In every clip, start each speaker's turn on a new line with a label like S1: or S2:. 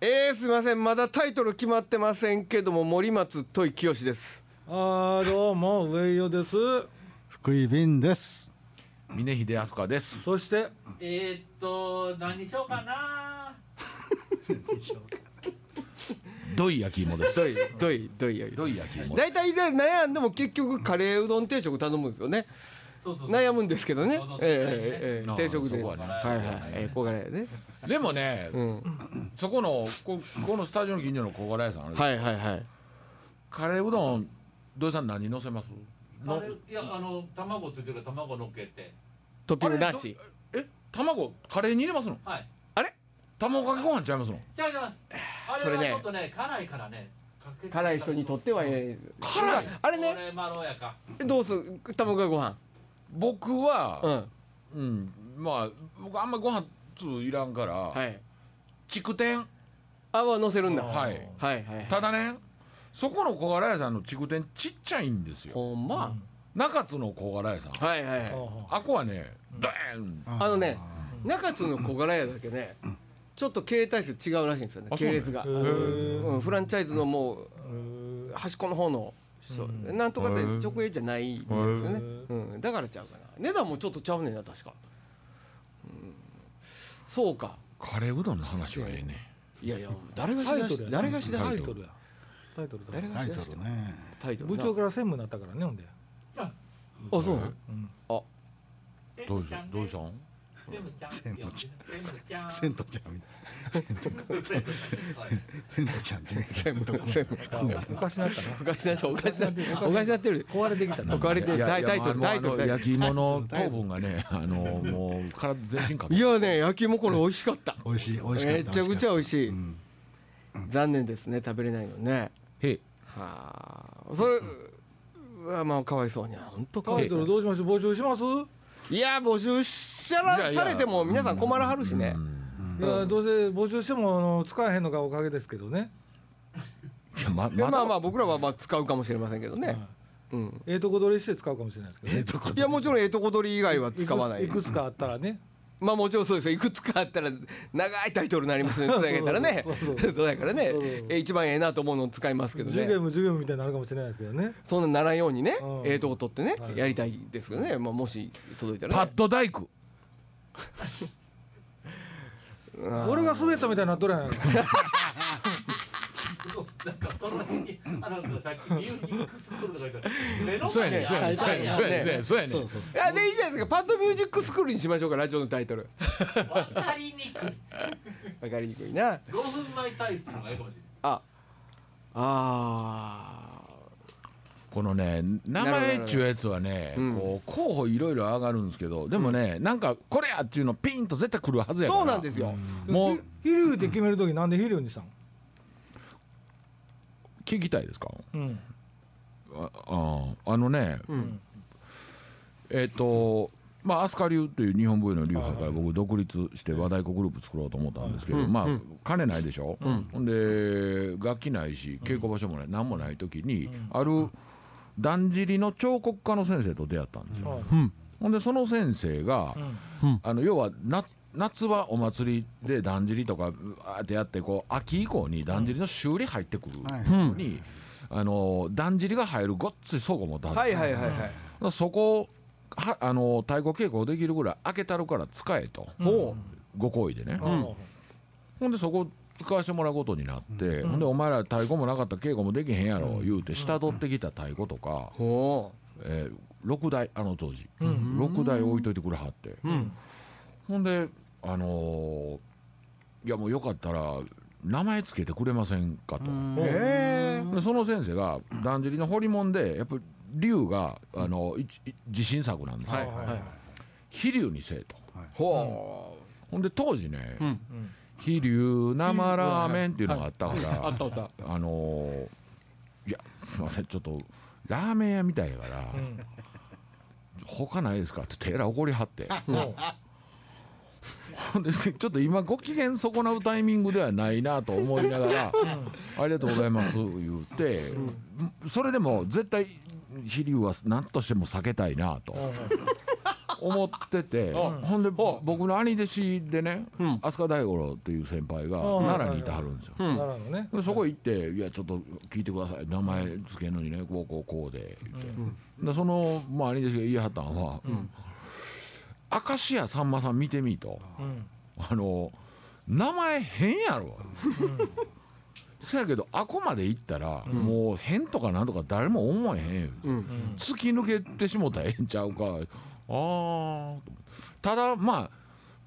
S1: えー、すいませんまだタイトル決まってませんけども森松とい清です
S2: あーどうも上与です
S3: 福井便です。
S4: 峰秀明香です。
S2: そして
S5: えー、っと何にしようかな
S4: どい焼き芋です。
S1: どいどいどいよい
S4: どい焼き芋。
S1: 大体ね悩んでも結局カレーうどん定食頼むんですよね
S5: そうそうそう
S1: 悩むんですけどね
S5: そうそう
S1: えーえーえー
S4: あー
S1: 定食で
S4: そこ
S1: は
S4: はね
S1: いはいえー小カレーね
S4: でもね、
S1: うん
S4: そこのここのスタジオの近所の小柄屋さん、
S1: はいはいはい
S4: カレーうどん土井さん何乗せます？
S5: あ
S4: の
S5: れいやあの卵ついてるから卵乗っけて
S1: トッピングなし
S4: え卵カレーに入れますの？
S5: はい
S4: 卵かけご飯ちゃいますの？
S5: じゃあじゃああ
S1: そ
S5: れ
S1: れ
S5: は
S1: ね
S5: ちょっとね辛いからねかけて
S1: 辛い人にとってはええ
S4: 辛い
S1: あれね
S5: これまろやか
S1: どうする卵かけご飯
S4: 僕
S1: う
S4: は、
S1: ん
S4: うん、まあ僕あんまご飯つゆいらんから、
S1: はい
S4: 筑天
S1: あは乗せるんだ
S4: は
S1: はい
S4: い。
S1: はいはい
S4: ただね、そこの小柄屋さんの筑天ちっちゃいんですよ。
S1: ほんま
S4: 中津の小柄屋さん。
S1: はいはいはい
S2: あ
S4: あこはね、ダーン。
S3: あ
S1: あのね中津の小柄屋だけねちょっと経営体制違うらしいんですよね
S4: あそう
S1: 系
S4: なんや
S1: 列が、
S2: ー
S1: うん、フランチャイズのもう端っこの方の人、
S2: うん
S1: なんとかで
S4: へー
S1: 直営じゃないんですよね
S2: へ、
S1: うん、だからちゃうかな値段もちょっとちゃうねんな確か、うんそうか
S4: カレーうどんの話はええね。
S1: いやいや誰が
S2: タ
S1: し
S2: イ
S1: だ
S2: ト
S1: し
S2: ルや
S1: 誰がしだ
S2: タ
S1: し
S2: イ
S1: て
S2: トルやタイトルだ
S1: 誰が
S3: タ
S1: し
S3: イ
S1: だ
S3: ト
S1: して
S3: ルね。
S1: タイトル
S2: 部
S1: な
S2: 長から専務になったからねほんで
S1: あそうなの
S2: うん
S4: どうしたどうしたん？
S5: 全部ちゃん
S3: 全部ち
S5: 全部ちゃん
S3: セントちゃんみたいな。
S5: はい
S3: セントちゃんってね。
S1: 全部全部
S2: おかしなったな
S1: おかしなっておかしなって おかしなってる
S2: 壊れてきたな
S1: 壊れてる
S4: いや
S1: タイ
S4: いや
S1: タイトル
S4: まあ
S1: タイトル
S4: あの
S1: タイ
S4: 焼き芋の糖分がね、 あのもう体全身か
S1: トルいやね焼き芋これ美味しかった
S3: 美味しい美味しか
S1: め
S3: った。
S1: ちゃくちゃ美味しい、
S3: ん
S1: 残念ですね食べれないのね
S4: へ
S1: はあそれはまあかわいそうに本当かわ
S2: タ
S1: い
S2: イ
S1: そ
S2: トル
S1: う
S2: どうしましょう募集します
S1: いや募集しゃ
S4: いや
S1: ら
S4: いや
S1: されても皆さん困らはるしね
S4: うん
S2: いやどうせ募集してもあの使えへんのがおかげですけどね
S4: いやま
S1: いや
S4: ま
S1: まあ
S4: だ
S1: まあ僕らはまあ使うかもしれませんけどね
S2: は
S1: うん
S2: ええとこ取りして使うかもしれないですけど
S3: え
S2: ね
S3: えとこ
S1: いやもちろんええとこ取り以外は使わない
S2: いくついくつかあったらね
S1: まあもちろんそうですよいくつかあったら長いタイトルになりますねつなげたらね
S2: そうそうそう
S1: そうやからね
S2: そうそう
S1: え一番ええなと思うのを使いますけど
S2: 授業
S1: ね
S2: も授業みたいになるかもしれないですけどね
S1: そんなんならんようにね
S2: うん
S1: ええとこ取ってね
S2: はい
S1: やりたいですけどねまあもし届いたらね
S4: パッド大工
S2: 俺が滑ったみたいになっとるやないか
S5: なんかそんなにあのさっきミュージックスクールとか言ったら目の
S4: そうやねんそうやねんそうやねんそうやねんそうやねんそうやね
S3: そ
S4: ん
S3: うそう。
S1: いやでいいじゃないですかパッドミュージックスクールにしましょうかラジオのタイトル
S5: わかりにくい
S1: わかりにくいな
S5: 5分前体質の方がいいかもしれない
S1: ああ
S4: このね名前っちゅうやつはね
S1: なるほど
S4: こう候補いろいろ上がるんですけどでもねなんかこれやっていうのピンと絶対来るはずやから
S1: そうなんですよ、
S4: もう
S2: 飛龍って決める時なんで飛龍にしたん
S4: 聞きたいですか
S2: うん
S4: ああーあのね
S1: うん
S4: えっとまあ、アスカ流という日本舞踊の流派から僕独立して和太鼓グループ作ろうと思ったんですけど、
S1: うん
S4: まあ
S1: うん
S4: 金ないでしょ、ほんで楽器ないし稽古場所もない何もない時にあるだんじりの彫刻家の先生と出会ったんですよ。
S2: はい
S4: ほんでその先生が、
S2: うん
S4: あの要はな夏はお祭りでだんじりとかうわーってやってこう秋以降にだんじりの修理入ってくる
S3: はい
S4: のに、あのだんじりが入るごっつい倉庫持ってはる
S1: はいはいはいはい、
S4: そこはあの太鼓稽古できるぐらい開けたるから使えと
S1: ほ
S4: ご好意でね、
S2: うん
S4: ほんでそこ使わせてもらうことになって、
S2: ん
S4: ほんでお前ら太鼓もなかったら稽古もできへんやろ言うて下取ってきた太鼓とか
S1: う、ほ
S4: えー、6台あの当時、
S2: う
S4: 6台置いといてくれはって、
S1: ううん
S4: ほんであのーいやもうよかったら名前つけてくれませんかと、
S1: へえ
S4: でその先生がだんじりの堀門でやっぱり龍があのいい自信作なんですよ、
S1: はい
S3: はい
S1: はい
S4: 飛龍にせえと
S1: ほ
S4: ほんで当時ね、
S1: うん
S4: 飛龍生ラーメンっていうのがあったから、
S1: うあったあった
S4: あのーいやすいませんちょっとラーメン屋みたいやから、
S2: うん
S4: 他ないですかってテラ怒りはって
S2: も
S4: ほんでちょっと今ご機嫌損なうタイミングではないなと思いながら「ありがとうございます」言うて、それでも絶対飛龍は何としても避けたいなと
S2: ううん
S4: 思ってて
S1: あ
S4: ほんで
S1: ほう
S4: 僕の兄弟子でね
S1: うん
S4: 飛鳥大五郎っていう先輩が
S2: あはい
S4: 奈良にいてはるんですよ。
S1: うん
S2: なるほどね。
S4: でそこ行って「いやちょっと聞いてください名前つけるのにねこうこうこうで」言って、でその、まあ、兄弟子が言いはったんは「明石家さんまさん見てみ」と
S2: うん。
S4: 「あの名前変やろ」そやけどあこまで行ったら、もう変とかなんとか誰も思えへんよ、
S1: うん
S2: うん。
S4: 突き抜けてしもたらええんちゃうかあーただまあ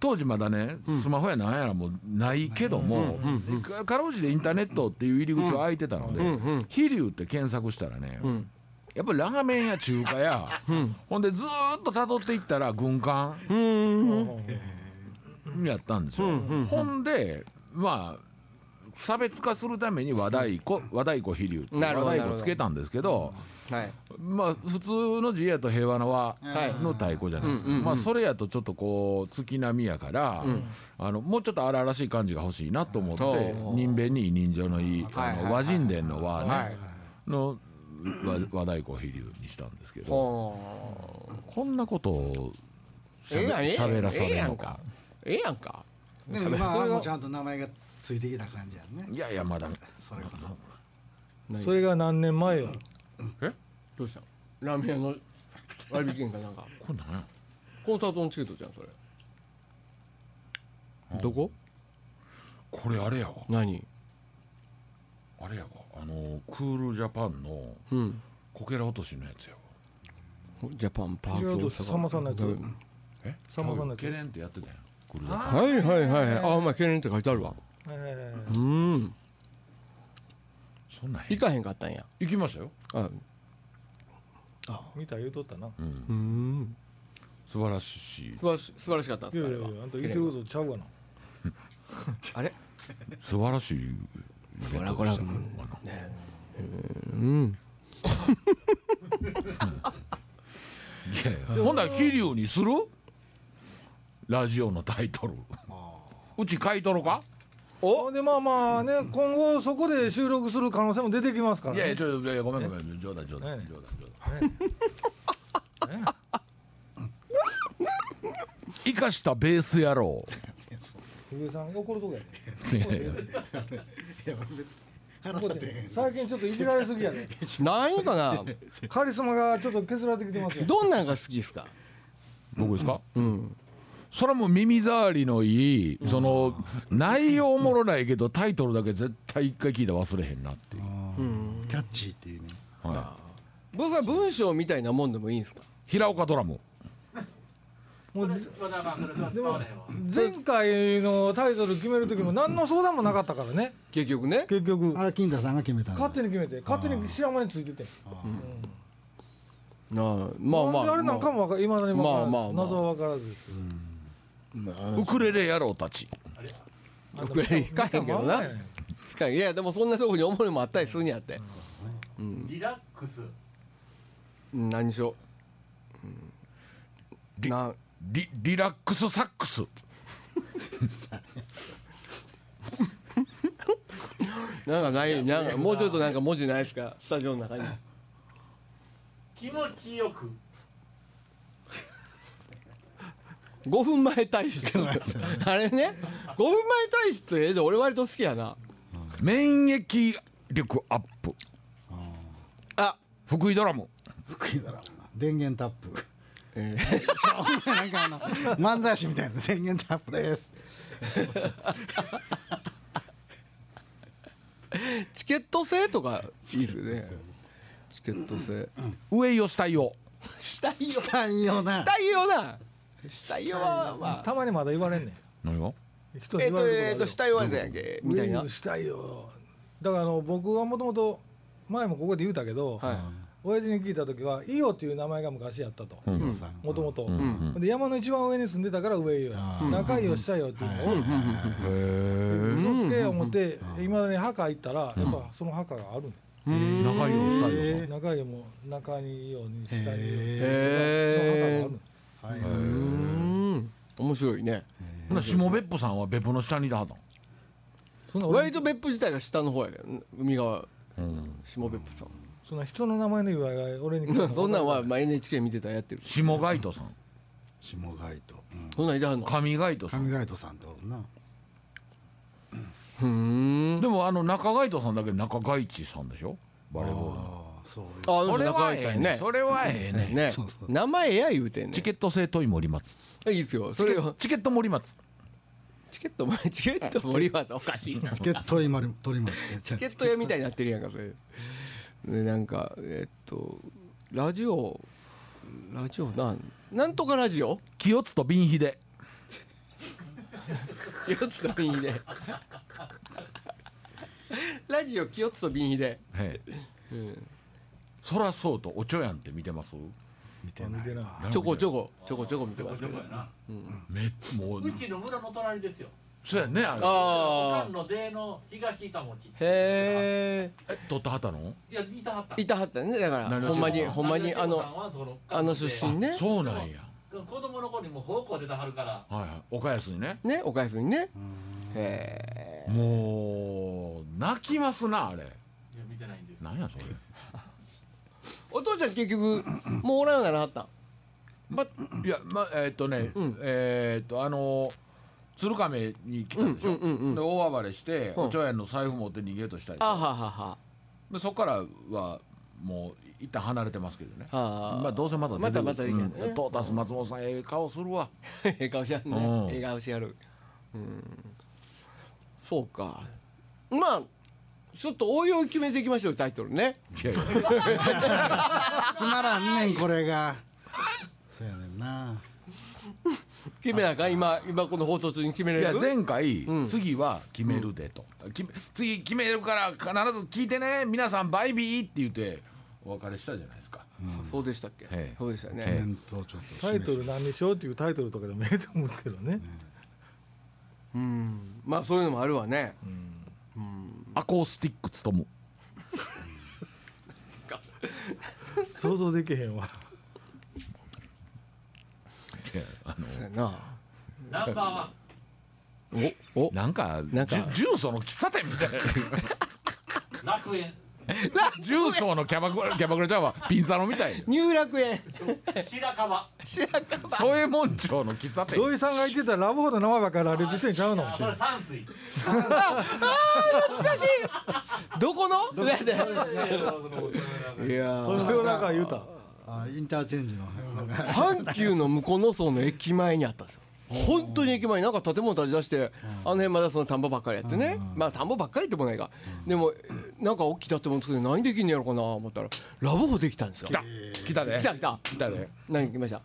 S4: 当時まだねスマホやなんやらもうないけども
S1: うんうんうん
S4: かかろうじてインターネットっていう入り口は開いてたので
S1: うんうん
S4: 「飛龍」って検索したらね
S1: うん
S4: やっぱりラーメンや中華や
S1: うん
S4: ほんでずーっと辿っていったら軍艦
S1: うん
S4: やったんですよ
S1: うんうん
S4: ほんでまあ差別化するために和太鼓和太鼓飛龍って
S1: な
S4: 和
S1: るほど
S4: 太鼓つけたんですけど
S1: はい
S4: まあ普通の字やと平和の和
S1: はい
S4: の太鼓じゃないですか、
S1: うんうんうん
S4: まあ、それやとちょっとこう月並みやから、
S1: うん
S4: あのもうちょっと荒々しい感じが欲しいなと思って
S1: おう
S4: 人弁に人情のいい
S1: はい
S4: あ
S1: はいはい
S4: の和人伝の和ね、
S1: はい
S4: の和和太鼓飛龍にしたんですけど
S1: ほー
S4: こんなことをしゃ
S1: ええやんええ
S4: べし
S1: やん
S4: ゃべらされ
S1: ええ
S4: る
S1: や
S4: の
S1: ん
S4: か
S1: か。ええやんか
S3: でも今はもうちゃんと名前がついてきた感じやんね
S4: いやいやまだ
S3: それこそ
S2: それが何年前よ。
S1: どうしたのラーメン屋の割引券かなんか
S4: これなんや
S1: コンサートのチケットじゃんそれどこ
S4: これあれやわ
S1: 何
S4: あれやわあのクールジャパンの
S1: うん
S4: こけら落としのやつやわ
S1: ジャパンパーク
S2: 違う
S1: 大
S2: と
S1: 阪
S2: さんまさんのやつ
S1: うん
S4: え
S2: さんまさんのやつ
S4: ケレンってやってたやんクールジャパン
S2: あ
S1: はいはいはいはいあお前懸念って書いてあるわ
S2: え
S1: うーん
S4: そんなん
S1: 行
S4: 行
S1: かへんかったんや
S4: 行きましたよ
S1: あ
S2: え見た言うとったな。
S4: うん
S1: うーん
S4: 素晴らしい
S1: 素晴らし素晴らしかったん
S2: い
S1: で
S2: や
S1: す
S2: い
S1: かあ
S2: やい
S1: れ
S2: や
S1: は
S2: あんた言うてることちゃうわな。
S1: あれ
S4: 素晴らしいイベントでしたね
S1: うん
S4: いやいやほんなら桐生にするラジオのタイトルうち買い取ろか
S2: おでまあまあね今後そこで収録する可能性も出てきますから
S4: いやいや
S2: ね。
S4: ちょっといやいやごめんごめん冗談冗談
S2: ね
S4: 冗談冗談
S2: ね
S4: 生かしたベース野郎
S2: 福井さんが怒るとこやで。
S4: いやいや
S3: いや俺別に腹
S2: ここ
S3: 立てへ
S2: で
S3: ん
S2: 最近ちょっといじられすぎやで。
S1: 何位か な
S2: カリスマがちょっと削られてきてますよ。
S1: どんなんが好きですか
S4: 僕ですか
S1: うん
S4: それはもう耳障りのいいその内容おもろないけどタイトルだけ絶対一回聞いたら忘れへんなっていう
S1: うん
S3: キャッチーっていうね
S4: は
S1: 僕は文章みたいなもんでもいいんですか
S4: い平岡ドラム
S2: もう
S5: それはまあそれは
S2: で
S5: 伝わ
S2: も
S5: らへんわ
S2: 前回のタイトル決める時も何の相談もなかったからね
S1: 結局ね
S2: 結局
S3: あれ金田さんが決めたんだ
S2: 勝手に決めて勝手に知らん間についてて
S1: なあまあま
S2: なんで
S1: あ
S2: あれなんかもわかいまだにわからん
S1: まあまあまあ
S2: 謎は分からずですけど
S1: まあ
S4: ウクレレ野郎たち
S1: ウクレレ弾かへんけどな近いいやでもそんなとこに思いもあったりするんやって
S5: リラックス
S1: うん何しろうん
S4: リ
S1: な
S4: リリラックスサックス
S1: なんかないなんかもうちょっとなんか文字ないですかスタジオの中に
S5: 気持ちよく
S1: 5分前体質あれね5分前体質ええで俺割と好きやな
S4: 免疫力アップ
S1: あ
S4: 福井ドラム
S3: 福井だろうな電源タップ
S1: え
S3: お前なんかあの漫才師みたいな電源タップです
S1: ーチケット制とかいいですよねチケット制
S4: 上吉太陽
S1: したいよし
S3: したいよな
S1: たいよなしたいよはまあ
S2: たまにまだ言われんね
S4: 何が
S2: ん人
S1: えっ
S2: 言わ
S1: と
S2: れる
S1: えっとしたいよはやんけみたいな
S2: 上にしたいよだからあの僕はもともと前もここで言うたけど
S1: はい
S2: 親父に聞いた時は「伊予」っていう名前が昔やったと
S4: ん
S3: 金田さん
S2: もともと
S1: ん
S2: で山の一番上に住んでたから上伊予や
S3: あー
S2: 中伊予したいよっていうのを
S4: へ
S2: 嘘
S4: え
S2: つけよ思っていまだに墓行ったらやっぱその墓があるね
S4: 仲良い吉太陽さん
S2: 中井も中にようにしたいよ
S3: へ
S1: へ
S2: の墓があ
S1: え
S2: る
S3: はいう
S1: ーん面白いね
S4: ほな下別府さんは別府の下にいたはった
S2: そんな
S1: 割
S2: 俺
S1: と別府自体が下の方やけど海側
S4: のうん
S1: 下別府さん
S2: そんな人の名前の由来が俺に聞いたら
S1: そんなんはまあ NHK 見てたらやってる
S4: 下街斗さん
S3: 下街と、うん、
S1: そんなんいらんの
S4: 上ガイトさん
S3: 上街とさんとな
S1: ふーん
S4: でもあの中ガイトさんだけ中ガイチさんでしょバレーボールの
S3: ああそういう
S1: あの
S4: そ
S1: 人
S4: れ
S1: 仲
S4: は
S1: 良い
S4: え
S1: か
S4: え
S1: い
S4: ね
S1: ね
S4: それはええね
S1: ね
S3: そうそう
S1: 名前や言うてんねん
S4: チケット制問い森松
S1: いいですよそれを
S4: チケット森松
S1: チケットもチケ ット森はおかしいな
S3: チケット取りまる取りまる
S1: チケット屋みたいになってるやんかそれでなんかえっとラジオラジオなんなんとかラジオ
S4: 清津と瓶秀
S1: 清津と瓶秀 ラジオ清津と瓶秀
S4: ええ
S1: うん
S4: そらそうとおちょやんって見てます
S3: 見てない
S2: 見てない
S3: わ
S1: ちょこちょこちょこちょこ見てますけど
S5: な
S4: めもう
S5: うちの村の隣ですよ
S4: そうやねあれ
S1: あ
S5: おかんの出の東板餅
S1: へ
S4: え取ったはったの
S5: いやいたはった
S1: えいたはったねだから
S4: なるほ
S1: ほ
S4: ど
S1: んまにほんまにあの
S5: の
S1: あの出身ね
S4: そうなんや
S5: 子供の頃にも奉公出たは るから
S4: はいはい岡安にね
S1: ねおかやすにねへえ
S4: もう泣きますなあれ
S5: いや見てないんです
S4: なんやそれ
S1: お父ちゃん結局もうおらんようならはったん
S4: まいやまえーっとね、
S1: うん
S4: えーっとあの鶴亀に来たでしょ、
S1: うんうんうんうん
S4: で大暴れして、
S1: うん
S4: お茶屋の財布持って逃げようとしたり
S1: あははは
S4: でそこからはもう一旦離れてますけどね
S1: は
S4: まあどうせまた
S1: またまた
S4: 出て
S1: い
S4: く
S1: けん
S4: るう
S1: ね
S4: んトータス松本さんええ顔するわ
S1: ええ顔しやるね
S4: うん
S1: ええ顔しやるうんそうかまあちょっと応用を決めていきましょうタイトルね
S4: いやいや
S3: 決まらんねんこれがそうやねんな
S1: 決めなあかん今今この放送中に決めれ
S4: いや
S1: る
S4: 前回、
S1: うん
S4: 次は決めるでと、き次決めるから必ず聞いてね皆さんバイビーって言ってお別れしたじゃないですか
S1: そうでしたっけ
S4: ええ
S1: そうでした
S4: え
S3: コ
S4: え
S1: ね
S3: メントをちょっと
S2: タイトル何にしようっていうタイトルとかでもええと思うんですけどね、
S1: うんまあそういうのもあるわね
S2: うん
S1: うん
S4: アコースティックつとむ
S2: 想像できへんわ
S4: いやあの
S1: そうやな
S5: ナンバーワン
S1: おお
S4: なんか
S1: なんか
S4: じゅ重曹の喫茶店みたい な
S5: 楽園
S4: 重曹のキャバクラキャバクラちゃうわピンサロみたい
S1: 入楽園
S5: 白樺
S1: 白樺
S4: 添えもん町の喫茶店
S2: 土井さんが言ってたラブホの名前ばっかりあれ実践ちゃうの
S5: あこれ山水
S1: どこのだって
S5: いやいやそんなことない
S1: いやー
S2: 豊中言うた
S3: あインターチェンジのなんか
S1: 阪急の向こうの層の駅前にあったんですよ本当に駅前になんか建物建ち出してあの辺まだその田んぼばっかりやってねまあ田んぼばっかりってもないがでもなんか大きい建物作って何できんのやろかな思ったらラブホできたんですよ
S4: 来た来たで
S1: 来た来た
S4: 来たで
S1: 何来ました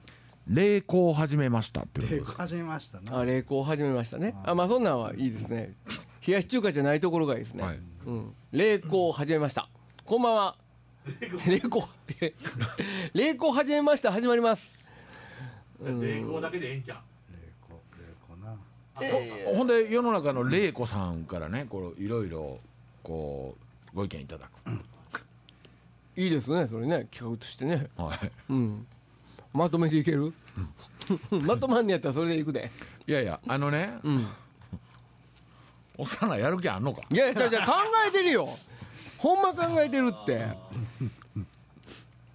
S4: 霊行始めましたっていうこと
S3: 始めましたな
S1: あ霊光始めましたねあまあそんなんはいいですね冷やし中華じゃないところがいいです
S4: はい
S1: ねうん霊光始めましたこんばんは霊光 霊光始めました始まります
S5: 抵抗だけで ええんちゃう
S3: 霊子霊子な
S5: あそうか
S4: ほほんで世の中の霊子さんからねこういろいろこうご意見いただ
S1: いいですねそれね企画としてね
S4: くはい
S1: うん。まとめていける。まとまんねやったらそれでいくで。
S4: いやいやあのね
S1: うん。
S4: おっさんらやる気あんのか
S1: いやいや、じゃじゃ考えてるよ。ほんま考えてるって。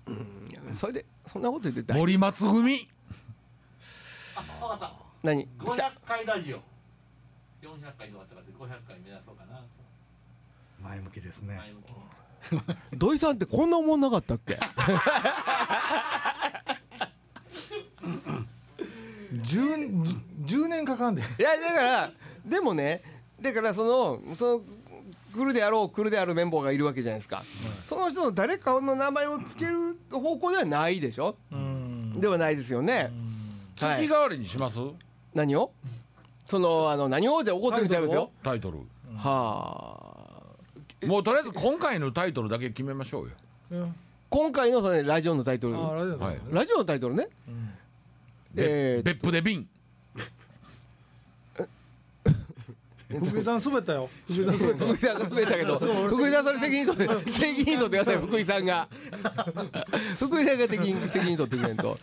S1: うんそれで、そんなこと言って出して、
S4: 森松組
S5: あわかった
S1: 何、
S5: 500
S1: 来た。
S5: 回ラジオ400回どうだったかって500回目指そうかな
S3: 前向きですね
S5: 前向きに
S1: 土井さんってこんなもんなかったっけ。
S2: 10, 10年かかんで
S1: いや、だから、でもね、だから、その、その。来るであろう来るであるメンバーがいるわけじゃないですか、その人の誰かの名前をつける方向ではないでしょ、
S2: うん
S1: ではないですよね、は
S4: 月
S1: い
S4: 替わりにします
S1: 何をそのあの何をで怒ってるみたいですよ
S4: タイトル
S1: はあ
S4: もうとりあえず今回のタイトルだけ決めましょうよ
S2: うん
S1: 今回のそのラジオのタイトル
S2: ああれだよね、
S4: はい
S1: ラジオのタイトルね
S2: うん
S1: え
S4: べ
S1: ーと
S4: 別府で瓶
S2: 福井さん滑ったよ福井さん滑っ
S1: 福井さんが滑ったけど福井 さんそれ責任取って責任取ってください福井さんが福井さんが責任責任取ってくれんと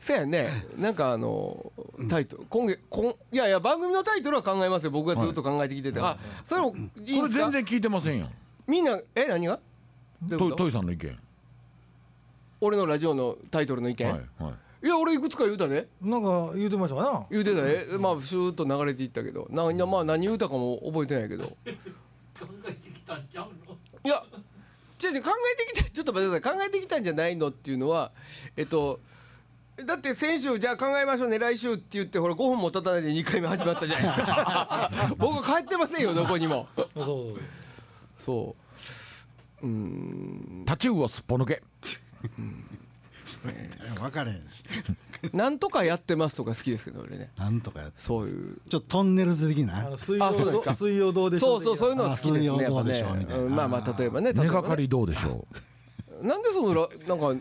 S1: そうやねなんかあのタイトル今月今いやいや番組のタイトルは考えますよ僕がずっと考えてきてて、あそれもいいん
S4: こ
S1: で
S4: れ
S1: すか
S4: 全然聞いてませんやん
S1: みんなえ何がどういう
S4: ト
S1: こと
S4: イさんの意見
S1: 俺のラジオのタイトルの意見、
S4: はいはい
S1: いや俺いくつか言うたね
S2: なんか言うてましたかな
S1: 言うてたねまあシューッと流れていったけどななまあ何言うたかも覚えてないけど
S5: 考えてきたんちゃうの
S1: いや違う違う考えてきた ちょっと待ってください考えてきたんじゃないのっていうのはえっとだって先週じゃあ考えましょうね来週って言ってほら5分も経たないで2回目始まったじゃないですか 僕帰ってませんよどこにも
S2: そうそう
S1: そううーん
S4: タチウオすっぽ抜け
S3: 分かれへんし
S1: なんとかやってますとか好きですけど俺ね
S3: なんとかやって
S1: そういう
S3: ちょっとトンネルズ的
S2: あ
S3: な
S2: の水
S1: あそうです
S2: 曜
S1: か
S2: ど水曜どうでしょ
S1: そうそうそういうのは好きですねやっぱ
S3: あそういうのどうで
S1: ね
S3: しょうみたいな
S1: うんまあまあ例えばね例え
S4: 根
S1: ば
S4: が
S1: ね
S4: かりどうでし ょ
S1: なんでそのラなんか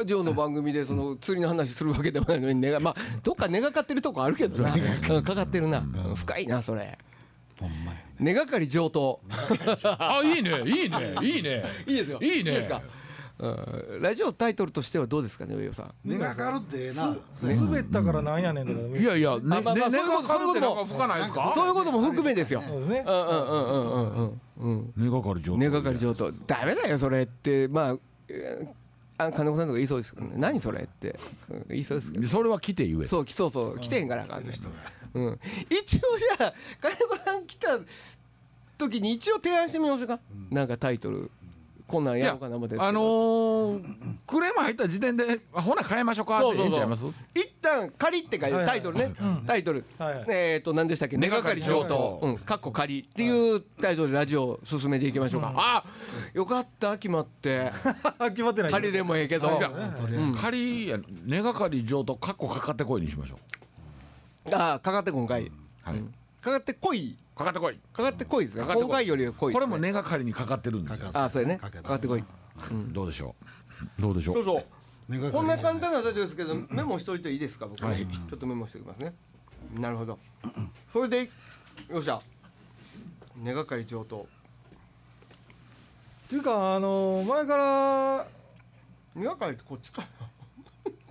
S1: ラジオの番組でその釣りの話するわけでもないのに根がまあどっか根がかってるとこあるけどなうんかかってるなうん深いなそれ
S3: ほんまや
S1: 根がかり上等
S4: うあいいねいいねいいね
S1: いいですよ
S4: いいね
S1: ですかうんラジオタイトルとしてはどうですかね上尾さん
S3: 根がかかるってええな
S2: 滑ったからなんやねんとか
S4: いやいやね
S1: まあ
S4: ね根
S1: まあそ
S4: が
S1: ういうこと
S4: かるってなんか吹かないですか
S1: そういうことも含めですよ
S2: そうですね
S1: うんうんうんうんうんうんうん
S4: 根がかり上
S1: 根がかり上等ダメだよそれってまあえーあ金子さんとか言いそうですけどね何それってうん言いそうですけど
S4: それは来て言え
S1: そうきそうそう来てへんからあかんねうん一応じゃあ金子さん来た時に一応提案してみましょうかなんかタイトルこんなん
S4: い
S1: やろ
S4: や
S1: うかな思って
S4: あのークレーム入った時点であほな変えましょうか
S1: そ
S4: っ
S1: うそ
S4: て
S1: うそう
S4: 言っちゃいます
S1: 一旦仮って書い
S2: は
S1: て
S2: い
S1: タイトルね
S2: うん
S1: タイトル
S2: はいはい
S1: えっと何でしたっけ根がかり上等うんかっこ仮っていうタイトルでラジオを進めていきましょうかあよかった決まって
S2: 決まってない
S1: 仮でもええけど
S4: いや仮や根がかり上等かっこかかってこいにしましょ
S1: ああかかって今回
S4: う、はい
S1: かかってこい
S4: かかってこい
S1: かかってこいですね
S4: かかってこい
S1: 今回よりはこいです
S4: これも根がかりにかかってるんですよ
S3: かか
S1: ああそうやねか
S3: かけた
S1: かってこい
S4: どうでしょうどうでしょう
S1: そう
S3: 根がか
S1: こん
S3: か
S1: な
S3: る
S1: 簡単なラジオですけどメモしといていいですか僕ね
S4: はい
S1: ちょっとメモしておきますねなるほどそれでよっしゃ根がかり上等
S2: っていうかあの前から
S1: 根がかりってこっちか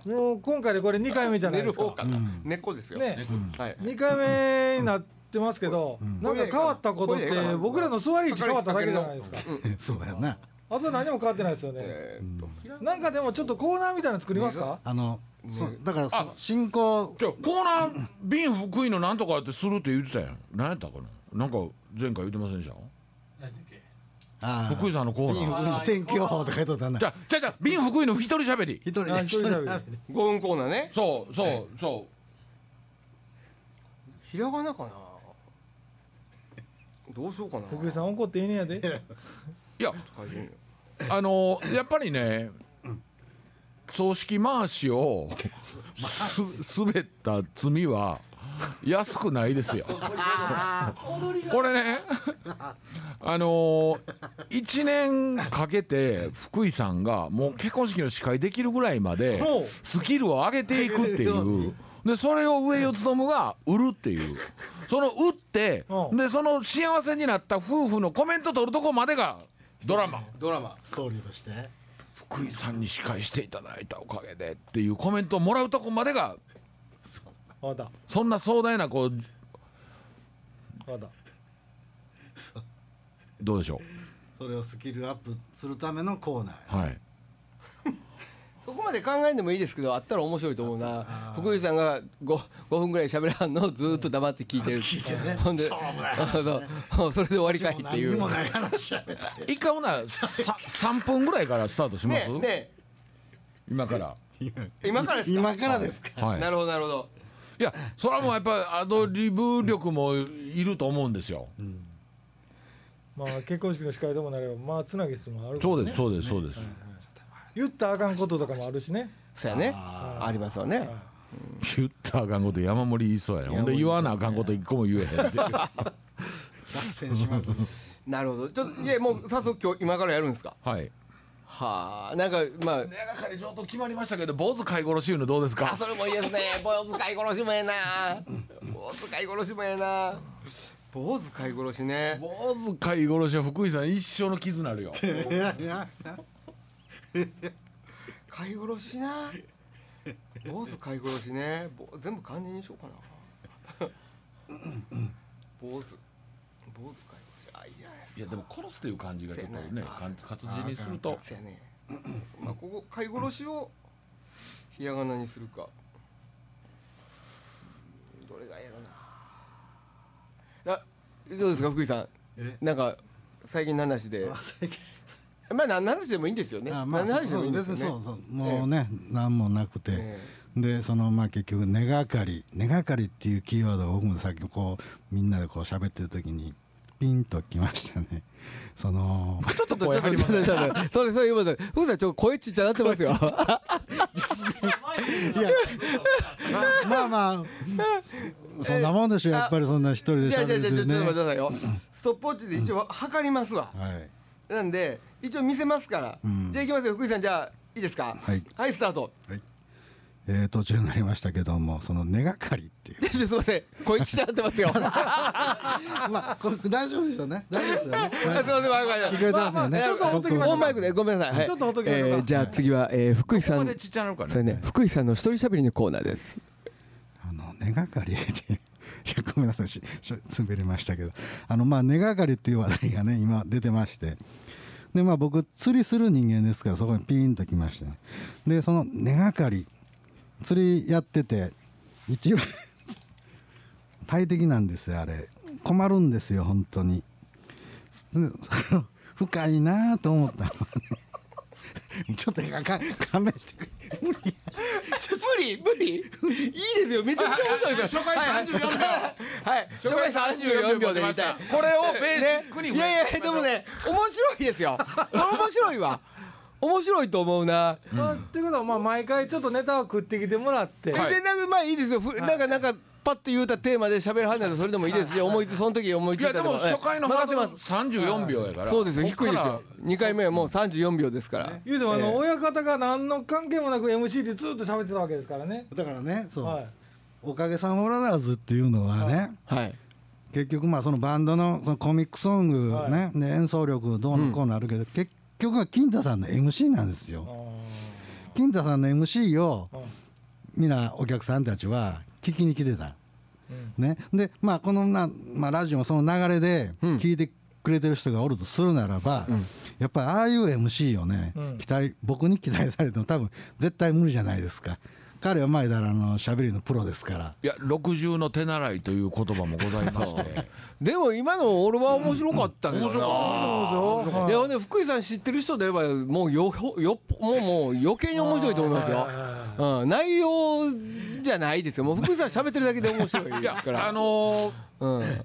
S2: もう今回でこれ2回目じゃ
S1: な
S2: ない
S1: 寝る
S2: ですか
S1: 方かな根っこですよ
S2: ね
S1: はい
S2: 2回目になってますけど、なんか変わったことっ
S1: これええかな
S2: て僕らの座り位置変わっただけじゃないですか
S3: そうやな
S2: あと何も変わってないですよね
S1: えーっと
S2: なんかでもちょっとコーナーみたいなの作りますか
S3: あのそうだからそ進行
S4: じゃあコーナー瓶福井のなんとかってするって言ってたやん何やったかななんか前回言ってませんでし
S5: なんだっけ
S3: あ
S4: た福井さんのコー
S3: いい
S4: ナー
S3: 福井の天気予報とか言っとったな
S4: じゃあじゃあじゃあ瓶福井の一人喋り
S3: 一人
S2: あ
S3: で
S2: 一人喋り
S1: 5分コーナーね
S4: そうそうそ
S1: ひらがなかなどうしようかな
S2: 福井さん怒っていいねやで
S4: ういや
S1: 書いてみよ
S4: あのやっぱりね葬式回しをす滑った罪は安くないですよ。 これねあの1年かけて福井さんがもう結婚式の司会できるぐらいまで
S2: もう
S4: スキルを上げていくっていうでそれを上与務が売るっていうその売って
S2: うん
S4: でその幸せになった夫婦のコメント取るとこまでがドラマ。
S1: うドラマ
S3: ストーリーとして
S4: 福井さんに司会していただいたおかげでっていうコメントをもらうとこまでが
S2: わかっ
S4: そんな壮大なこう
S2: たわかっ
S4: どうでしょ
S3: それをスキルアップするためのコーナー
S4: うはい
S1: そこまで考えんでもいいですけどあったら面白いと思うな福井さんが 5, 5分ぐらい喋らんのをずーっと黙って聞いてる
S3: 聞いてね
S1: ほんで
S3: しょうもない話
S1: そう そうそれで終わりかい
S3: もう
S1: って
S3: 何
S1: い
S3: に
S1: う
S3: も
S1: ね
S3: ない話やね
S4: 一回ほなさ3分ぐらいからスタートします、
S1: えね
S4: 今から、
S1: え今からですか
S3: 今からですか
S4: はい、
S1: なるほどなるほど
S4: いやそれはもうやっぱアドリブ力もいると思うんですよ、
S2: たまあ結婚式の司会でもなればまあつなぎするのもあるから
S4: そう
S2: ね
S4: ですそうですそうです、
S2: 言ったらあかんこととかもあるしね
S1: そうやね
S3: あ
S1: ありますよね
S4: 言ったらあかんこと山盛り言いそうやねほんで言わなあかんこと一個も言えへん っていう
S3: 脱線しまくる
S1: なるほどちょっといやもう早速今日今からやるんですか
S4: はい
S1: はあなんかまあ
S4: 根がかり上等決まりましたけど坊主飼い殺しいうのどうです
S1: あ
S4: か
S1: それもいいですね坊主飼い殺しもええな坊主飼い殺しもええな坊主飼い殺しね
S4: 坊主飼い殺しは福井さん一生の傷になる よ
S3: いやいや
S1: 飼い殺しな坊主飼い殺しねぼ全部漢字にしようかな坊主坊主飼い殺しあいいじゃないです
S4: いやでも殺すという感じがちょっと
S1: せや
S4: ね
S1: な
S4: かん活字にすると
S1: かそやねまあここ飼い殺しをひらがなにするかどれがええのなあどうですか福井さ
S3: え
S1: んなんか最近の話でまあ何の話でもいいんですよね
S3: あ
S1: 何
S3: まあ、
S1: の話でもいいんで
S3: 別
S1: すよね
S3: にそうそうもうね、何もなくて、
S1: え
S3: でそのまあ結局「根がかり」「根がかり」っていうキーワードを僕もさっきこうみんなでこう喋ってる時にピンときましたねその
S1: ちょっとちょっ
S4: 声張
S1: と
S4: り
S1: ちょ
S4: ま
S1: っとちょっとそれそれ言うこと福井さんちょっと声ちっちゃなってますよ
S3: いやまあまあそそんなもんでしょやっぱりそんな一人で
S1: いやいやいや
S3: 喋っ
S1: ちょっ
S3: て
S1: と待ってく
S3: ね
S1: ださいよストップウォッチで一応測りますわ
S3: はい
S1: なんで一応見せますから、
S3: ん
S1: じゃあ行きますよ福井さんじゃあいいですか
S3: はい
S1: はいスタート
S3: えー途中になりましたけどもその「根がかり」っ ていう
S1: 練習すいません声ちっちゃなってますよ
S3: まあこれ大丈夫でしょうね大丈夫ですよね
S1: すいませんわかりま
S3: 聞
S1: し
S3: こえて
S1: た
S3: ますよね
S2: ちょっとほっときましょう
S1: オンマイクでごめんなさい、はい、
S2: ちょっとほっときましょうか
S1: えーじゃあ次は、えー福井
S4: こ
S1: さ
S4: こ
S1: ん
S4: でちっちゃなるから
S1: それね福井さんの一人喋りのコーナーです
S3: あの根がかりでいや ごめんなさいしし滑りましたけどあのまあ根がかりっていう話題がね今出てましてでまあ僕釣りする人間ですからそこにピーンときまして、ね、でその根がかり釣りやってて一番 大敵なんですよあれ困るんですよ本当にでその深いなと思ったのはね ちょっとかか勘弁してくれ
S1: 無理無理いいですよめちゃくちゃ面白いですよ
S4: 初回34秒
S1: はい初回34秒で見たい
S4: これをベーシックに
S1: いやいやでもね面白いですよそれ面白いわ面白いと思うな
S2: まあ、ということはまあ毎回ちょっとネタを食ってきてもらって、
S4: はい
S1: でなんかまあいいですよ、ふなんかなんかパッと言うたテーマで喋るはずならそれでもいいですし、思いつその時思い
S4: い
S1: つい
S4: や
S1: た
S4: でも
S1: ええ
S4: 初回のハー
S1: 任
S4: ド
S1: せ
S4: ル
S1: ます
S4: 34秒やから
S1: そうですよ低
S4: こ
S1: い
S4: っ
S1: です
S4: から
S1: よ2回目はもう34秒ですから、
S2: 言うてもあの、
S1: ええ
S2: 親方が何の関係もなく MC でずっと喋ってたわけですからね、
S3: だからねそう、
S2: はい、
S3: おかげさまおらずっていうのはね、
S1: はい
S3: 結局まあそのバンドのそのコミックソングね、
S2: は
S3: で演奏力どうのこうのあるけど、結局は金太さんの MC なんですよ。金太さんの MC を
S2: はい
S3: 皆お客さんたちは聞きに来てた。
S2: うん
S3: ね、でまあこのな、まあ、ラジオもその流れで
S1: うん
S3: 聞いてくれてる人がおるとするならば、やっぱりああいう MC をね、
S2: うん
S3: 期待僕に期待されても多分絶対無理じゃないですか彼は前だらあの喋りのプロですから
S4: いや60の手習いという言葉もござい まして
S1: でも今の俺は面白かったけどな、
S2: そうですよはい
S1: いやほんで福井さん知ってる人で言えばもうよほよっぽもうもう余計に面白いと思いますよ、うん、内容じゃないですよもう福井さん喋ってるだけで面白い
S4: いや
S1: から
S4: あのー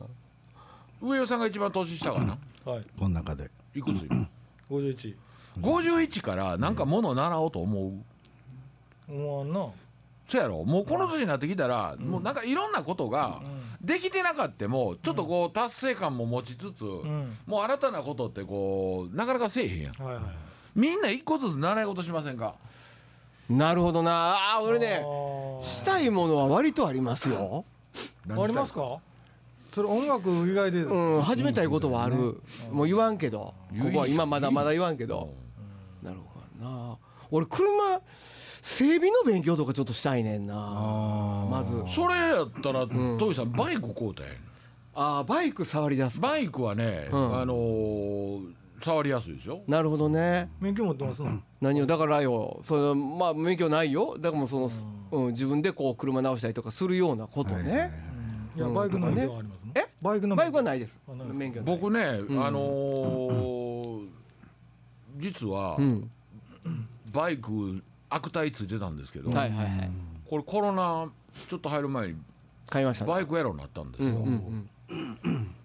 S1: うん、
S4: 上尾さんが一番年下かな
S2: はい、
S3: この中で。
S4: いくつ今
S2: 51
S4: 51からなんかもの習おうと思う
S2: もうな
S4: そやろもうこの年になってきたら、もうなんかいろんなことができてなかってもちょっとこう達成感も持ちつつ、
S2: ん
S4: もう新たなことってこうなかなかせえへんやん
S2: はいはい
S4: みんな一個ずつ習い事しませんか
S1: なるほどなあー俺ね
S2: あ
S1: したいものは割とありますよ
S2: ーありますかそれ音楽以外でですか、
S1: うん、始めたいことはある、もう言わんけどここは今まだまだ言わんけどなるほどな俺車整備の勉強とかちょっとしたいねんなまず
S4: それやったら、トイさんバイク買うたらええねん
S1: あーバイク触り出す
S4: バイクはね、
S1: うん
S4: あのー触りやすいですよ
S1: なるほどね
S2: 免許持ってますの、
S1: 何をだからよそれまあ免許ないよだからもうその、うん自分でこう車直したりとかするようなことね、
S2: いや
S1: うん
S2: バイクの
S1: とかね
S2: 免許はありますの
S1: え
S2: バイクの
S1: バイクはないです
S2: あない
S1: 免許ない
S4: 僕ね、あのー実は、
S1: うん
S4: バイク悪態ついてたんですけど、
S1: はいはいはい
S4: これコロナちょっと入る前に
S1: 買いましたね
S4: バイクやろうになったんです
S1: う
S4: よ、
S1: んうんうん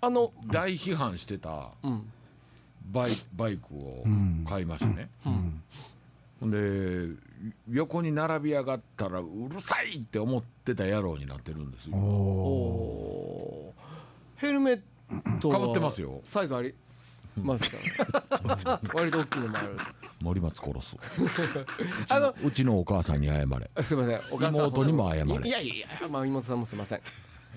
S1: あの
S4: 大批判してた
S1: うん
S4: バイバイクを買いましたね、ほんで横に並び上がったらうるさいって思ってた野郎になってるんですよ
S1: おーヘルメットは
S4: かぶってますよ
S1: サイズありますから割と大きいのもある
S4: 森松殺す
S1: あの
S4: うちのお母さんに謝れ
S1: あすいませんお母さん
S4: 妹にも謝れ
S1: いやいやいや、まあ、妹さんもすいません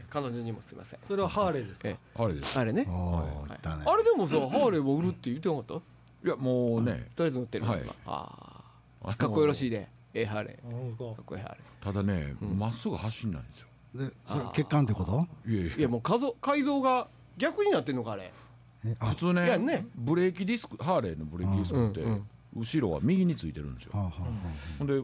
S1: 彼女にもすいません
S2: それはハーレーですか
S1: え
S4: あれです
S1: あれね
S3: おおー、だね。
S1: あれでもさハーレーも売るって言ってなかったと
S4: いやもうね
S1: りあえず乗ってるの
S4: はい
S1: 今あ
S4: あの
S1: ーかっこよろしいでええハーレー
S2: あそうです
S1: か
S2: か
S1: っこいいハーレ
S4: ただねま、っすぐ走んないんですよ
S3: で、それ血管ってこと？
S4: いやいや
S1: ーいやもう改造改造が逆になってんのかあれ
S3: えあ
S4: 普通ね
S1: いやね
S4: ブレーキディスクハーレーのブレーキディスクって、
S1: うんうん
S4: 後ろは右についてるんですよ
S3: はあはあは
S4: ほんで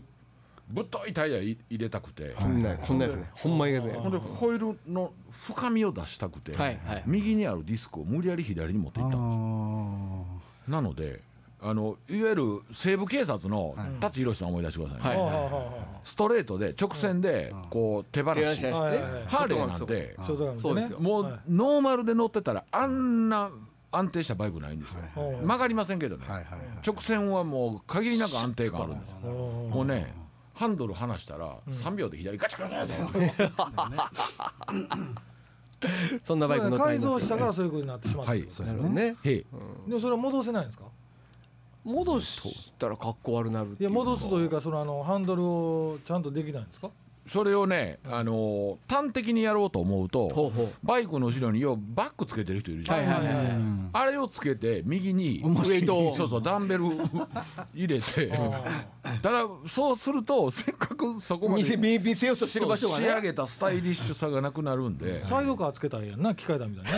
S4: ぶっといタイヤい入れたくて、
S1: こんなこんなですねほんまいですね
S4: ほんでホイールの深みを出したくて、
S1: はいはい
S4: 右にあるディスクを無理やり左に持ってい
S3: あ
S4: ったんですよ
S3: あ
S4: なのであのいわゆる西部警察の舘ひろしさん思い出してくださ
S1: は
S4: い、
S1: い
S2: はあは
S1: は
S2: あは
S4: ストレートで直線でこう手放
S1: い
S4: し
S1: 提案したり
S2: はい
S1: し
S2: はいはい
S1: て
S4: ハーレーなんて
S2: あショートガン
S1: そうですよ
S4: も
S2: はいう
S4: ノーマルで乗ってたらあんな安定したバイクないんですよ、
S2: はいはい
S4: 曲がりませんけどね、
S3: はいはいはい
S4: 直線はもう限りなく安定感あるんですよ
S2: おー
S4: もうねハンドル離したら3秒で左ガチャガチャガチャ
S1: そんなバイク乗ってあり
S2: 改
S1: ま
S2: 造
S1: す
S2: したからそういうことになってしまった、は
S4: は
S2: いい、
S3: そう
S1: な
S3: や
S1: るほど
S3: ね
S1: ね
S4: へい
S2: でもそれは戻せないんですか
S1: 戻したら格好悪なるって
S2: いや戻すという
S1: か
S2: かそのあのハンドルをちゃんとできないんですか
S4: それをね、あのー端的にやろうと思う
S1: ほ
S4: と
S1: うほ
S4: バイクの後ろにようバックつけてる人いるじゃ
S1: は
S4: ないいです
S1: は
S4: か、
S1: いはいは
S3: うん
S4: あれをつけて右に
S3: 面
S1: いウ
S3: 白
S1: エイ
S3: い
S1: トを
S4: そうそうダンベル 入れてただそうするとせっかくそこま
S1: 見
S4: で
S1: せ見見せようとしてる場所
S4: そ
S1: が
S4: う仕上
S1: ね
S4: げたスタイリッシュさがなくなるんで
S2: サイドカーつけたらいいやんな機械だみたいなね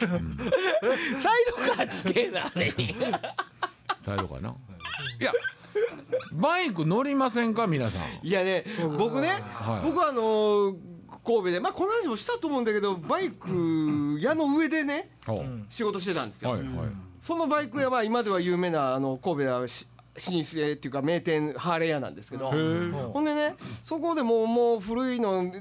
S1: サイドカーつけなね
S4: サイドかないやバイク乗りませんか皆さん
S1: いやね僕ね、
S4: はい
S1: 僕はあのー神戸でまあこの話もしたと思うんだけどバイク屋の上でね
S4: は
S1: 仕事してたんです
S4: い
S1: よ、
S4: はい
S1: そのバイク屋は今では有名なあの神戸はし老舗っていうか名店ハーレー屋なんですけど
S4: へえ
S1: ほんでねそこでもうもう古いの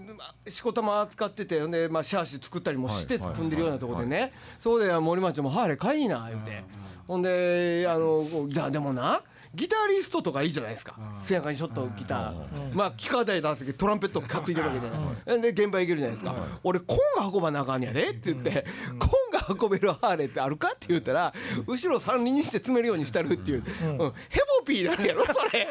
S1: しこたま扱っててほんで、まあ、シャーシ作ったりもして
S4: はいはい
S1: 組んでるようなところでね、そこであ森町もハーレー買いな言うて、ほんであのこういやでもなギタリストとかいいじゃないですかせやかにショットギター、まあ機械台だってトランペット買っていけるわけじゃない、で現場行けるじゃないですか、俺コンが運ばなあかんねやでって言って、コンが運べるハーレーってあるかって言ったら後ろ三輪にして詰めるようにしたるっていう、うんヘボピーなんやろそれ。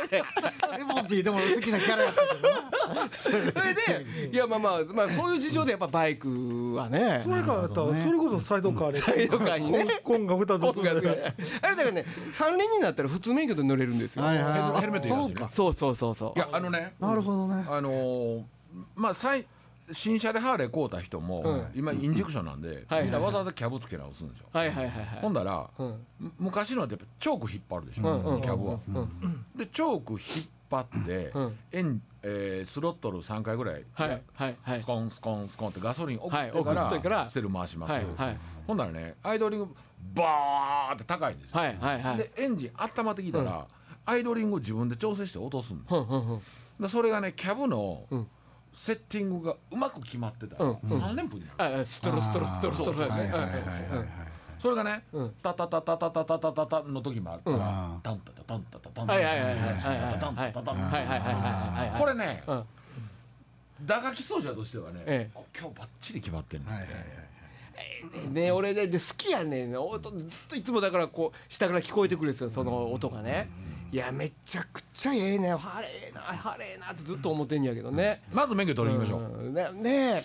S3: レモンピーでも好きなキャラやったけどな
S1: それでいやまあまあまあそういう事情でやっぱバイクはね
S2: それかったらそれこそサイドカーでサ
S1: イドカーにね
S2: コンが2つ
S1: 僕があれだ
S2: で
S1: からね三輪になったら普通免許で乗れるんですよ、
S3: はいはい
S4: ヘルメットいらんしね
S3: そうか
S1: そうそうそうそ
S4: いやあのね
S3: なるほどね
S4: あのーまあ最新車でハーレー買うた人も
S1: う
S4: 今インジェクションなんで
S1: はい
S4: みんなわざわざキャブつけ直すんですよ
S1: うはいはいはいはい
S4: ほんだら
S1: うん
S4: む昔のってやっぱチョーク引っ張るでしょ
S1: うんうん
S4: キャブは
S1: うん
S4: でチョーク引っ張って
S1: うん
S4: エンえースロットル3回ぐらい
S1: はいはいはい
S4: スコンスコンスコンってガソリン送っ
S1: はい
S4: てか
S1: 送っといてからら
S4: セル回します
S1: はい
S4: よ
S1: はい
S4: ほんだらねアイドリングバーって高いんですよ
S1: はいはいはい
S4: でエンジン温まってきたらアイドリングを自分で調整して落とすんです
S1: うんうんうん
S4: でそれがねキャブの
S1: うん
S4: セッティングがうまく決まってた
S1: う
S4: ら
S1: んうん
S4: 3連符になる
S1: ああストロストロストロストロ
S3: はいはいはいはい
S4: それがね
S1: うん
S4: タタタタタタタタタタの時もあるか
S1: うん
S4: らタンタタタンタタタンタ
S1: はいはいはいはいはい
S4: タタン
S1: はいはいはいはいはい
S4: タタタン
S1: はいはいはいはい
S4: これね
S1: うん
S4: 打楽器奏者としてはね、
S1: え
S4: あ今日バッチリ決まってるんだ、
S3: はいはい
S1: ね俺ねで好きやねん音ずっといつもだからこう下から聞こえてくるんですよその音がねいやめちゃくちゃええねん晴れえな晴れえなってずっと思ってんやけどね
S4: まず免許取りに行きましょう、
S1: うんねね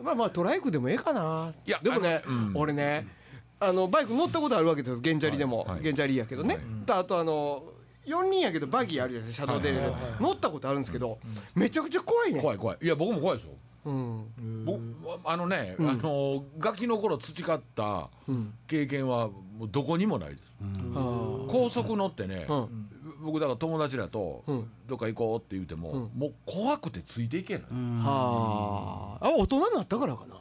S1: えまあまあトライクでもええかない
S4: や
S1: でもね、
S4: あのうん
S1: 俺ねあのバイク乗ったことあるわけですゲンチャリでも、
S4: はいはい
S1: ゲンチャリやけどね、とあとあの4人やけどバギーあるじゃないですか車道で、
S4: はいはい
S1: 乗ったことあるんですけど、めちゃくちゃ怖いね
S4: 怖い怖いいや僕も怖いですよ、
S1: うん
S4: 僕あのね、あのガキの頃培った
S1: うん
S4: 経験はもうどこにもないです、
S1: あー
S4: 高速乗ってね、
S1: うん
S4: 僕だから友達らと
S1: うん
S4: どっか行こうって言うても、
S1: うん
S4: もう怖くてついていけない、
S1: はああ大人になったからかな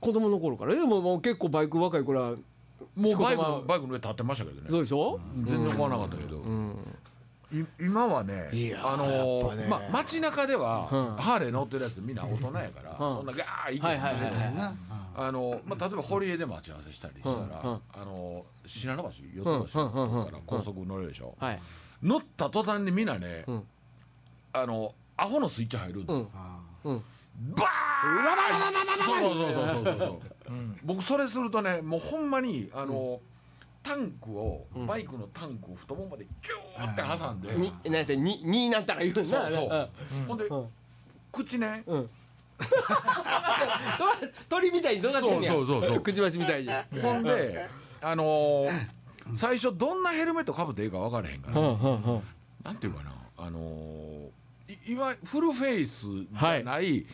S1: 子供の頃からでももう結構バイク若い頃は
S4: もうバイ
S1: しこたま
S4: クバイクの上立ってましたけど
S1: そ
S4: ね
S1: うでしょ、
S4: 全然怖なかったけど、
S1: うん、
S4: い今はね
S1: いやー
S4: あの
S1: やっぱね
S4: まあ、街中では、
S1: うん
S4: ハーレー乗ってるやつみんな大人やから、そんなガーッ行け
S1: はいはいはいはい
S3: な
S4: あのまあ、例えば堀江で待ち合わせしたりしたら、
S1: うんうん
S4: あの信濃橋四つ橋
S1: うんうんうんうん
S4: から高速乗れるでしょ、
S1: はい
S4: 乗った途端にみんなね、
S1: うん
S4: あのアホのスイッチ入るんで
S1: うん
S4: すよ、
S1: うん
S4: バーンそうそうそうそうそうそう僕それするとねもうほんまにあの、タンクをバイクのタンクを太ももまでギューって挟んで、
S1: になんやってにになんたら言うん
S4: そ
S1: だ
S4: うそう、ほんで、
S1: ん
S4: 口ね、
S1: うん 鳥みたいにどうなってんねや
S4: そうそうそうそう
S1: くちばしみたいに
S4: ほんで、あのー最初どんなヘルメットかぶっていいか分からへんから、なんていうかな、あのーいいわゆるフルフェイスじゃない、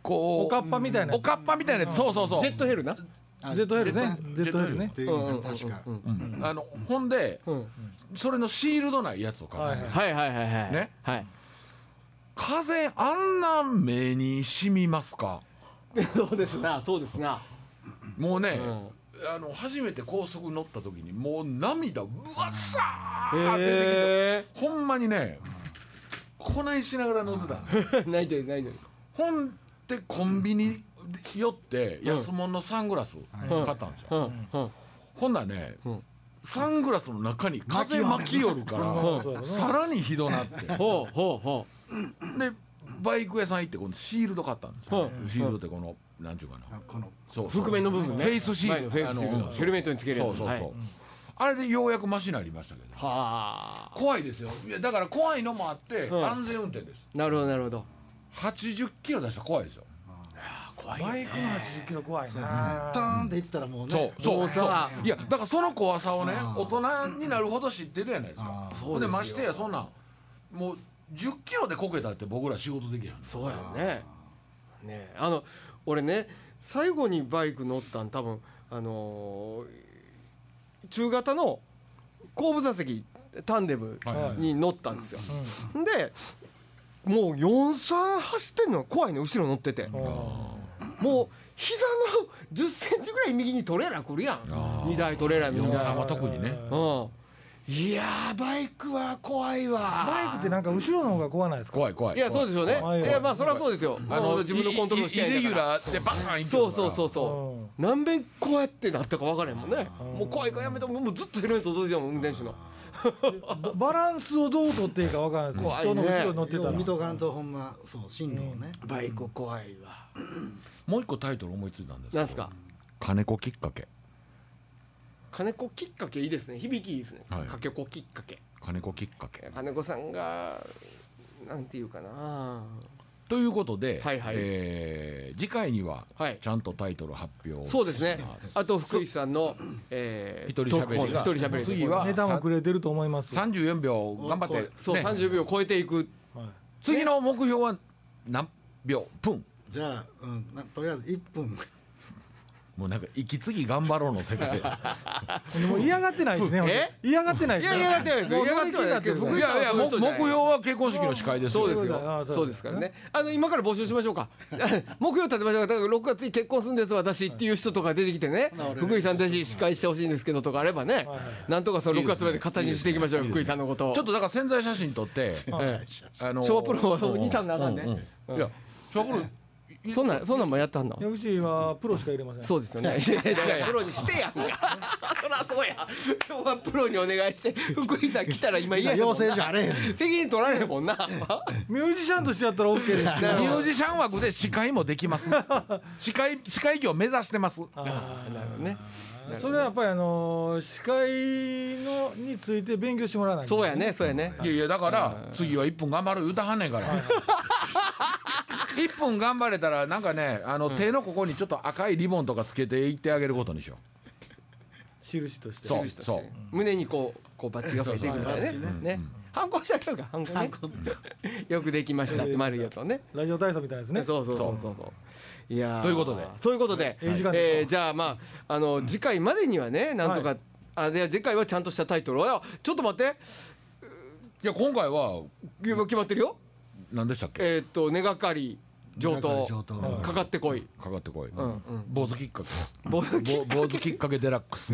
S4: こう
S2: おかっぱみたいなやつ
S4: おかっぱみたいなやつ、そうそうそう
S1: ジェットヘルな
S3: あ
S2: ジェットヘルねジェットヘルね
S3: っていうのが確か
S1: うんうん
S4: うんあのほんで
S1: うん
S4: それのシールドないやつを買う、
S2: はい
S1: はいはいはいはい
S4: ね
S1: はい
S4: 風あんな目に染みますか
S1: で そうですなそうですな
S4: もうね、
S1: うん
S4: あの初めて高速乗った時にもう涙ぶわっさーって出てきて、
S1: へ
S4: ほんまにねこないしながら乗ってた
S1: え ないでないで
S4: ほんでコンビニ寄って安物のサングラス
S1: うん
S4: 買ったんですよ、
S1: うんうん
S4: ほんならね、
S1: うん
S4: サングラスの中に風巻き寄るか
S1: う
S4: ら
S1: ん
S2: そうだね
S4: さらにひどなってで
S1: ほうほうほ
S4: バイク屋さん行ってこのシールド買ったんですよ、
S1: うん
S4: シールドってこのなんていうかな
S3: あこの
S4: そう
S1: う
S4: そう
S1: 覆面の部分ね
S4: フェイスシール
S1: 前のフェイスシー
S4: あ
S1: ル
S4: の
S1: ヘルメットにつけるやつ
S4: そうそうそう、
S1: はい
S4: あれでようやくマシになりましたけど
S1: はあ
S4: 怖いですよいやだから怖いのもあって、
S1: うん
S4: 安全運転です
S1: なるほどなるほど
S4: 80キロ出したら怖いですよ
S1: 怖
S2: バイクの80キロ怖い
S3: そうや
S2: な
S3: ねドーンっていったらもうね
S4: そうそう
S1: そうさ
S4: いやだからその怖さをね
S3: あ
S4: 大人になるほど知ってるやないです
S3: あ
S4: か
S3: あ
S4: そうでましてやそんなんもう10キロでこけたって僕ら仕事できへん
S1: そうやんねねえあの俺ね最後にバイク乗ったん多分あのー中型の後部座席タンデム
S4: はい
S1: に乗ったんですよ、
S2: うん
S1: でもう43走ってんの怖いね後ろ乗ってて、
S2: あ
S1: もう膝の10センチぐらい右にトレーラー来るやん
S4: あー
S1: 2台トレーラーみ
S4: 43
S1: たい
S4: は
S1: な
S4: 特にね
S1: うんいやーバイクは怖いわ
S2: バイクってなんか後ろの方が怖ないですか
S4: 怖い怖い
S1: いやそうですよね
S2: 怖い
S1: いやまあそりゃそうですよあの自分のコントロールして
S4: イイレ
S1: ない
S4: ギ
S1: ん
S4: ュ
S1: だから
S4: ラーでバーンいってるか
S1: そ
S4: ら
S1: うそうそうそう何遍こうやってなったか分からへんもんね
S2: うん
S1: もう怖いからやめてもうもうずっとヘルメット届いてたもん運転手の
S2: ババランスをどう取っていいかわからないですけど
S1: 怖い
S2: 人
S1: ね
S2: の後ろ乗ってた
S3: よ
S2: ら
S3: う見とかんとほんまそう進路をね
S1: バイク怖いわ
S4: もう一個タイトル思いついたんですけど
S1: なんすか
S4: 金子きっかけ
S1: 金子きっかけいいですね響きいいですね
S4: はい
S1: かけ子きっかけ
S4: 金子きっかけ
S1: 金子さんがなんていうかな
S4: ということで、
S1: はいはい
S4: えー次回には
S1: はい
S4: ちゃんとタイトル発表
S1: そうですね
S4: します
S1: あと福井さんのえー
S4: 一人喋り
S1: トークコ
S4: が
S1: ーナー一人喋り
S4: 次は
S2: ネタもくれてると思いますよ
S4: 34秒頑張って
S1: そう
S4: ね
S1: 30秒超えていく
S2: はい
S4: 次の目標は何秒分
S3: じゃあ、うん、なとりあえず一分
S4: もうなんか息継ぎ頑張ろうの世 界い
S2: でも嫌がってないしね。ほんで嫌がってない
S1: い
S2: し
S1: や
S2: ね。
S1: いやだってないです
S2: も
S1: よ
S2: う
S1: いやだってないですけど
S2: 乗
S1: 福
S2: り
S1: 井
S2: 切
S1: さん
S2: れ
S4: やいや
S1: はそういう人じゃ
S4: も目
S1: ない
S4: 標は結婚式の司会です
S1: そう
S4: よ
S1: です
S2: あ
S1: よ。
S2: あそうだ
S1: そうですからね。あの今から募集しましょうか。 目標立てましょうか。だから6月に結婚するんです私っていう人とか出てきてね。福井さんぜひ司会してほしいんですけどとかあればね
S2: はいはい。
S1: なんとかその6月まで形にしていきましょうよ福井さんのことを。
S4: ちょっとだから潜在写真撮って
S1: ええ
S4: あの
S1: ショープロを二段の中ね
S4: うんうんいやショープロい
S1: そんなんそんなんもやったんだ。
S2: いやうちはプロしか入れません。
S1: そうですよね。いやいやいやプロにしてやんか。そらそうや。今日はプロにお願いして福井さん来たら今
S3: い
S1: 嫌
S3: や
S1: やも
S3: 養
S1: んな
S3: 成所あれへん
S1: 責任取られへん もんな。
S2: ミュージシャンとしてやったら OK ですけど。
S4: ミュージシャン枠で司会もできます司会司会業目指してます
S2: あ
S1: なるほどね。
S2: あそれはやっぱりあのー司会のについて勉強してもらわないと。
S1: そうやねそうやね。
S4: いやいやだから次は1分頑張る言うたはんねんから1分頑張れたらなんかねあの手のここにちょっと赤いリボンとかつけていってあげることにしよ
S2: 印として。
S4: そう
S1: 印として胸にこうこうバッチが増えていくみたいなね
S3: そう
S1: ね
S3: そう
S1: ね反抗したうか反抗ね よくできましたって丸いやつをね
S2: ラジオ体操みたいですね。
S1: そうそうそうそうそういやー
S4: ということで
S1: そういうことで、
S2: いいい時間です
S1: えーじゃあまああの次回までにはねなんとか、
S2: はい
S1: あで次回はちゃんとしたタイトルをいやちょっと待って
S4: ういや今回は
S1: 決ま決まってるよ
S4: 何でしたっけ
S1: えーっと根がかり上
S3: 根がか
S1: 等
S3: り上等
S1: かかってこい
S4: かかってこい、
S1: うんうん
S4: 坊主きっか
S1: 坊主
S4: けぼ坊主きっかけデラックス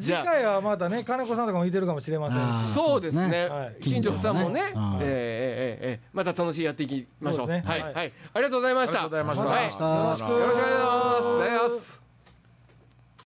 S2: 次回はまたね金子さんとかもいてるかもしれません
S3: あ
S2: し。
S3: ー
S1: そうですね
S2: はい。
S1: 金城さんもね、え
S3: 近所も
S1: ーえーえー
S3: ね
S1: えーまた楽しいやっていきましょう。
S2: そうですね
S1: はい、
S2: はい
S1: はい、ありがとうございました。
S4: ありがとうございました
S1: はい
S3: ありがとうござい
S1: よろし
S3: ました
S1: くお願いします。さようなら